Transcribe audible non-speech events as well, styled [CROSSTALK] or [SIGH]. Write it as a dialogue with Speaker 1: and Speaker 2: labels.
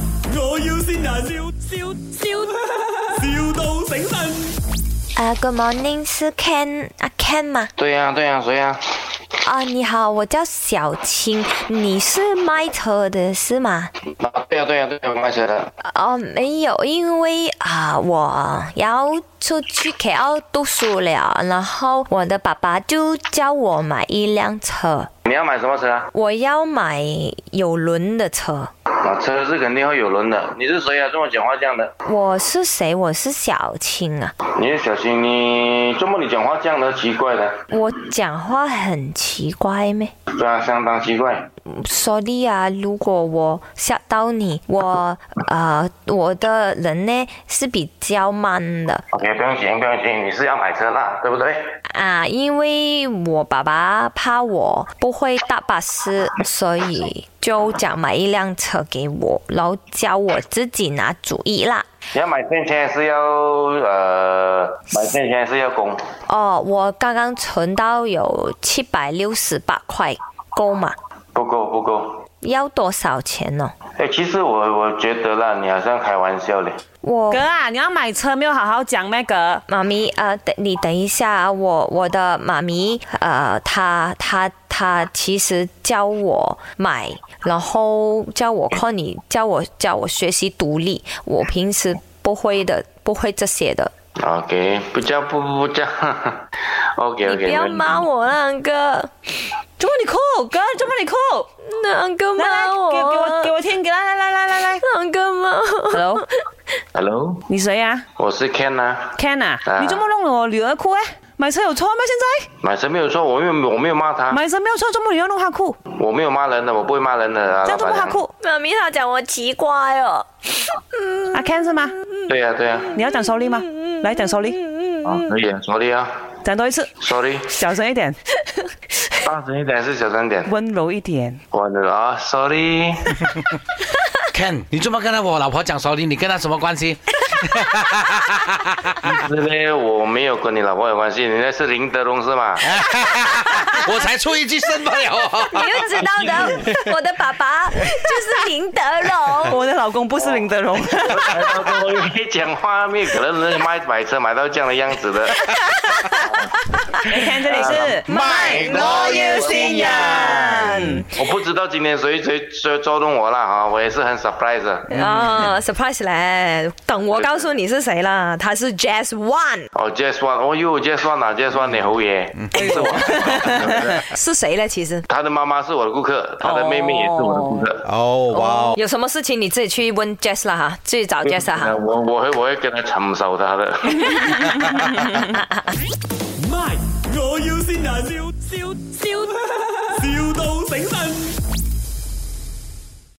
Speaker 1: 要先人，笑笑笑，,笑到醒神。
Speaker 2: 啊、g o o d morning，是 Ken 啊 Ken 吗？
Speaker 3: 对呀、对呀、谁呀、
Speaker 2: 啊、你好，我叫小青，你是卖车的是吗？
Speaker 3: 啊？对呀、对呀、对呀、卖车的。
Speaker 2: 哦、没有，因为啊、我要出去 KL 读书了，然后我的爸爸就叫我买一辆车，
Speaker 3: 你要买什么车啊？
Speaker 2: 我要买有轮的车。
Speaker 3: 啊，车是肯定会有轮的。你是谁呀、这么讲话这样的？
Speaker 2: 我是谁？我是小青啊，
Speaker 3: 你是小心，你这么你讲话这样的奇怪的，
Speaker 2: 我讲话很奇怪咩？
Speaker 3: 对啊，相当奇怪。
Speaker 2: sorry 啊，如果我吓到你，我呃我的人呢是比较慢的
Speaker 3: OK，不用紧，不用紧，你是要买车啦，对不对？
Speaker 2: 啊，因为我爸爸怕我不会搭巴士，所以就讲买一辆车给我，然后教我自己拿主意啦。
Speaker 3: 你要买现钱是要呃，买现钱是要供。
Speaker 2: 哦，我刚刚存到有七百六十八块，够吗？
Speaker 3: 不够不够。
Speaker 2: 要多少钱呢？
Speaker 3: 哎，其实我我觉得啦，你好像开玩笑嘞。
Speaker 2: 我
Speaker 4: 哥啊，你要买车没有好好讲咩哥？
Speaker 2: 妈咪，呃，等你等一下啊，我我的妈咪，呃，她她她其实教我买，然后教我看你，教我教我学习独立，我平时不会的，不会这些的。
Speaker 3: OK，不叫不不不叫。OK
Speaker 2: 你
Speaker 3: OK。
Speaker 2: 不要骂我了，安哥，
Speaker 4: 怎么你哭？哥，怎么你哭？
Speaker 2: 那安哥
Speaker 4: 来来，
Speaker 2: 骂我，
Speaker 4: 给给我给我听，给来来来来来来。
Speaker 2: 安哥骂我。
Speaker 4: Hello，
Speaker 3: Hello，
Speaker 4: 你谁呀、
Speaker 3: 我是 Ken 啊。
Speaker 4: 啊、？Ken 啊？
Speaker 3: 啊
Speaker 4: 你怎么弄了我女儿哭哎、买车有错吗？现
Speaker 3: 买车没有错，我没有我没有骂
Speaker 4: 在
Speaker 3: 他，
Speaker 4: 买车没有错，怎么你要弄她哭？
Speaker 3: 我没有骂人的，我不会骂人的啊。
Speaker 4: 这样怎
Speaker 3: 老
Speaker 4: 么
Speaker 3: 板
Speaker 4: 她
Speaker 3: 娘
Speaker 4: 哭？
Speaker 2: 妈咪，她讲我奇怪哦。
Speaker 4: 啊 Ken 是吗？
Speaker 3: 对呀、对呀、
Speaker 4: 你要讲 sorry 吗？来讲 sorry，
Speaker 3: 啊，可以啊，sorry 啊
Speaker 4: 讲多一次，
Speaker 3: ，sorry，
Speaker 4: 小声一点，
Speaker 3: 大声一点还是小声点？
Speaker 4: 温柔一点。
Speaker 3: 我的啊，sorry，
Speaker 5: Ken，你怎么跟他我老婆讲 sorry？你跟他什么关系？ [LAUGHS]
Speaker 3: 其实呢，我没有跟你老婆有关系，你那是林德龙是
Speaker 4: [LAUGHS]
Speaker 3: 吧？
Speaker 5: 我才出一句生不 [LAUGHS] 了、
Speaker 2: 你就知道的，我的爸爸就是林德龙。
Speaker 4: 我的老公不是林 [LAUGHS] 德荣，
Speaker 3: 我没讲话，没有可能人家买买车买到这样的样
Speaker 4: [LAUGHS]
Speaker 3: 子的。
Speaker 4: 你看哎这里是
Speaker 5: 卖
Speaker 4: 我要
Speaker 3: 新
Speaker 4: 新人。
Speaker 3: 我不知道今天谁谁谁捉弄我了啊，我也是很 surprise 的。
Speaker 2: 啊、s u r p r i s e 嘞！等我告诉你是谁啦，他是 Jazz One，
Speaker 3: 哦，Jess One，哦哟，Jess One 啊，Jess One 你侯爷，
Speaker 4: 嗯
Speaker 3: 是我。
Speaker 2: 是谁嘞？其实
Speaker 3: 他的妈妈是我的顾客，他的妹妹也是我的顾客。
Speaker 5: 哦，哇哦！
Speaker 2: 有什么事情你自己去问 Jazz 啦哈，自己找 Jazz 啦哈
Speaker 3: 呃。我我会我会跟他承受他的。
Speaker 1: 卖，我要先人，笑笑笑，